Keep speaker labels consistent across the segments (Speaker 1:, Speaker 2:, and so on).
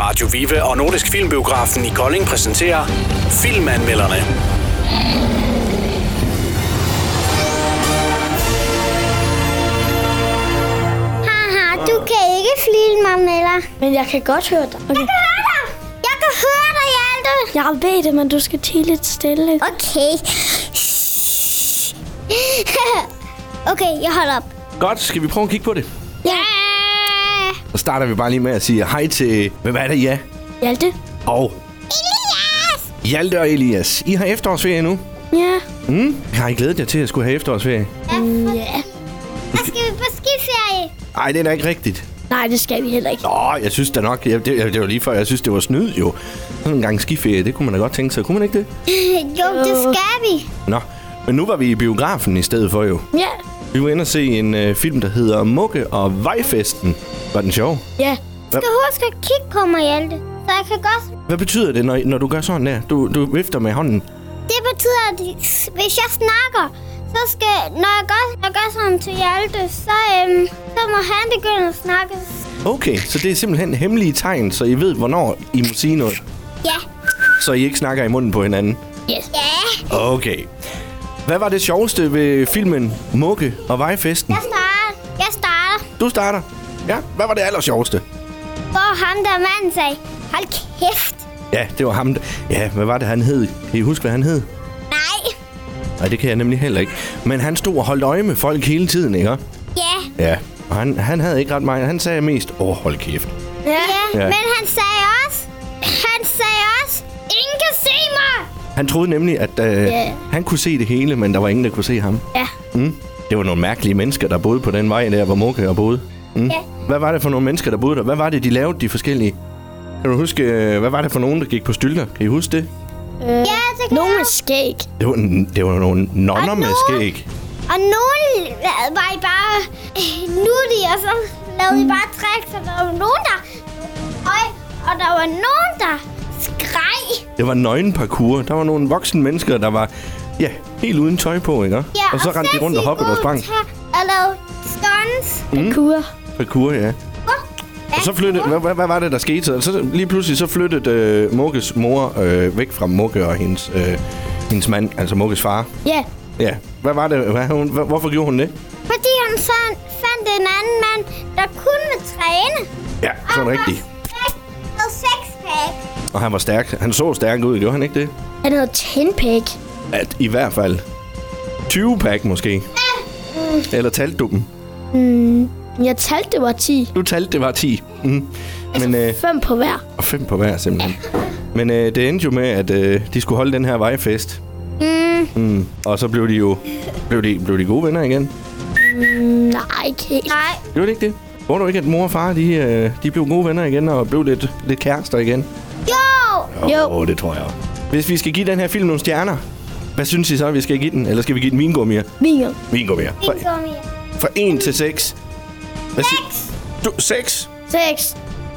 Speaker 1: Radio Vive og Nordisk Filmbiografen i Kolding præsenterer Filmanmelderne.
Speaker 2: Haha, du kan ikke flille mig, Mella.
Speaker 3: Men jeg kan godt høre dig. Okay.
Speaker 2: Jeg kan høre dig. Jeg kan høre dig, Hjalte.
Speaker 3: Jeg ved det, men du skal tige lidt stille.
Speaker 2: Okay. okay, jeg holder op.
Speaker 4: Godt, skal vi prøve at kigge på det?
Speaker 2: Ja.
Speaker 4: Så starter vi bare lige med at sige hej til... Hvem er det? Ja.
Speaker 3: Hjalte?
Speaker 4: Og
Speaker 2: Elias!
Speaker 4: Hjalte og Elias. I har efterårsferie nu.
Speaker 3: Ja.
Speaker 4: Mm. Har I glædet jer til at skulle have efterårsferie?
Speaker 3: Ja.
Speaker 2: Og skal vi på skiferie?
Speaker 4: Ej, det er da ikke rigtigt.
Speaker 3: Nej, det skal vi heller ikke.
Speaker 4: Nå, jeg synes da nok... Jeg, det, det var lige før, jeg synes, det var snyd jo. Sådan en gang skiferie, det kunne man da godt tænke sig. Kunne man ikke det?
Speaker 2: jo, det skal vi.
Speaker 4: Nå, men nu var vi i biografen i stedet for jo.
Speaker 3: Ja.
Speaker 4: Vi var inde og se en øh, film, der hedder Mugge og Vejfesten. Var den sjov?
Speaker 3: Ja.
Speaker 2: Du skal huske at kigge på mig, Hjalte. Så jeg kan godt...
Speaker 4: Hvad betyder det, når, når du gør sådan der? Du, du vifter med hånden.
Speaker 2: Det betyder, at hvis jeg snakker, så skal... Når jeg gør, når jeg gør sådan til Hjalte, så, øhm, så må han begynde at snakke.
Speaker 4: Okay, så det er simpelthen hemmelige tegn, så I ved, hvornår I må sige noget.
Speaker 2: Ja.
Speaker 4: Så I ikke snakker i munden på hinanden.
Speaker 3: Yes.
Speaker 2: Ja.
Speaker 4: Okay. Hvad var det sjoveste ved filmen Mugge og Vejfesten?
Speaker 2: Jeg starter. Jeg starter.
Speaker 4: Du starter. Ja, hvad var det aller sjoveste?
Speaker 2: Hvor ham der mand sagde, hold kæft.
Speaker 4: Ja, det var ham. der- Ja, hvad var det, han hed? Kan I huske, hvad han hed?
Speaker 2: Nej.
Speaker 4: Nej, det kan jeg nemlig heller ikke. Men han stod og holdt øje med folk hele tiden, ikke?
Speaker 2: Ja.
Speaker 4: Ja. Og han, han havde ikke ret meget. Han sagde mest, åh, oh, hold kæft.
Speaker 2: Ja.
Speaker 4: Ja.
Speaker 2: ja. Men han sagde også, han sagde også, ingen kan se mig.
Speaker 4: Han troede nemlig, at øh, yeah. han kunne se det hele, men der var ingen, der kunne se ham.
Speaker 3: Ja.
Speaker 4: Mm. Det var nogle mærkelige mennesker, der boede på den vej der, hvor Moka og boede. Mm.
Speaker 2: Ja.
Speaker 4: Hvad var det for nogle mennesker, der boede der? Hvad var det, de lavede, de forskellige? Kan du huske, øh, hvad var det for nogen, der gik på stylter? Kan I huske det?
Speaker 2: Ja, det kan
Speaker 3: Nogen
Speaker 2: jeg.
Speaker 3: er skæg.
Speaker 4: Det var, det var nogle nonner
Speaker 2: Og
Speaker 4: med
Speaker 2: nogen-
Speaker 4: skæg.
Speaker 2: Og nogen var I bare øh, nuttige, og så lavede
Speaker 4: Mm.
Speaker 2: I bare træk, så der var nogen, der... Øj, og der var nogen, der skreg.
Speaker 4: Det var nøgenparkour. Der var nogle voksne mennesker, der var ja, helt uden tøj på, ikke?
Speaker 2: Ja,
Speaker 4: og så rendte de rundt og hoppede og sprang.
Speaker 2: Og lavede stunts.
Speaker 3: Mm. Kur.
Speaker 4: Parkour, ja. Og så flyttede, hvad, hvad, hvad var det, der skete? Så, så lige pludselig så flyttede øh, Mukkes mor øh, væk fra Mukke og hendes, øh, hendes mand, altså Mukkes far.
Speaker 3: Ja.
Speaker 4: Ja, hvad var det? Hvad, hun, hvad, hvorfor gjorde hun det?
Speaker 2: Fordi han så fandt en anden mand, der kun vil træne.
Speaker 4: Ja, sådan
Speaker 2: Og
Speaker 4: rigtigt.
Speaker 2: Og sexpack.
Speaker 4: Og han var stærk. Han så stærk ud, gjorde han ikke det?
Speaker 3: Han hedder Tenpæk.
Speaker 4: At i hvert fald 20 pack måske. Eller talte du dem?
Speaker 3: Jeg talte, det var 10.
Speaker 4: Du talte, det var 10. Mm. Men, øh,
Speaker 3: 5 på hver.
Speaker 4: og fem på hver, simpelthen. Men øh, det endte jo med, at øh, de skulle holde den her vejfest. Mm. Mm. Og så blev de jo blev de, blev de gode venner igen.
Speaker 3: Nej, ikke helt.
Speaker 2: Nej,
Speaker 4: Gjorde det ikke det? Hvor du ikke, at mor og far, de, øh, de blev gode venner igen og blev lidt, lidt kærester igen?
Speaker 2: jo!
Speaker 3: Jo.
Speaker 4: Åh, det tror jeg også. Hvis vi skal give den her film nogle stjerner, hvad synes I så, vi skal give den? Eller skal vi give den vingummier?
Speaker 3: Vinger.
Speaker 4: Vingummier. Fra,
Speaker 2: Vingummi.
Speaker 4: fra 1 til 6. Hvad sig-
Speaker 2: Seks.
Speaker 4: Du, 6?
Speaker 3: 6.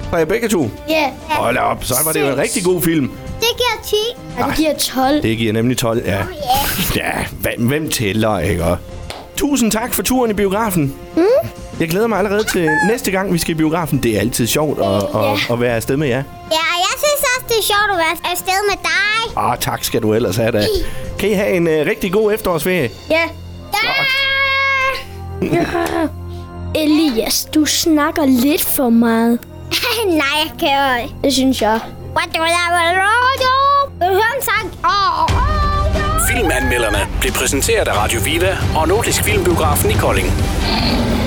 Speaker 4: Fra jer begge to?
Speaker 3: Ja.
Speaker 4: Hold op, så var det jo en
Speaker 3: Seks.
Speaker 4: rigtig god film.
Speaker 2: Det giver 10.
Speaker 3: Og det giver 12.
Speaker 4: Det giver nemlig 12, ja.
Speaker 2: Ja.
Speaker 4: Ja, hvem, hvem tæller, ikke? Og Tusind tak for turen i biografen. Mm. Jeg glæder mig allerede til næste gang, vi skal i biografen. Det er altid sjovt at, at, at være afsted med jer.
Speaker 2: Ja, og jeg synes også, det er sjovt at være afsted med dig.
Speaker 4: Ah, tak skal du ellers have da. Kan I have en uh, rigtig god efterårsferie?
Speaker 3: Ja.
Speaker 2: Ja!
Speaker 3: Elias, du snakker lidt for meget.
Speaker 2: Nej, jeg kan jo ikke.
Speaker 3: Det synes jeg.
Speaker 2: What do I have radio? Vil du høre en sang? Åh, radio.
Speaker 1: Filmanmelderne blev præsenteret af Radio Vive og Nordisk Filmbiografen i Kolding.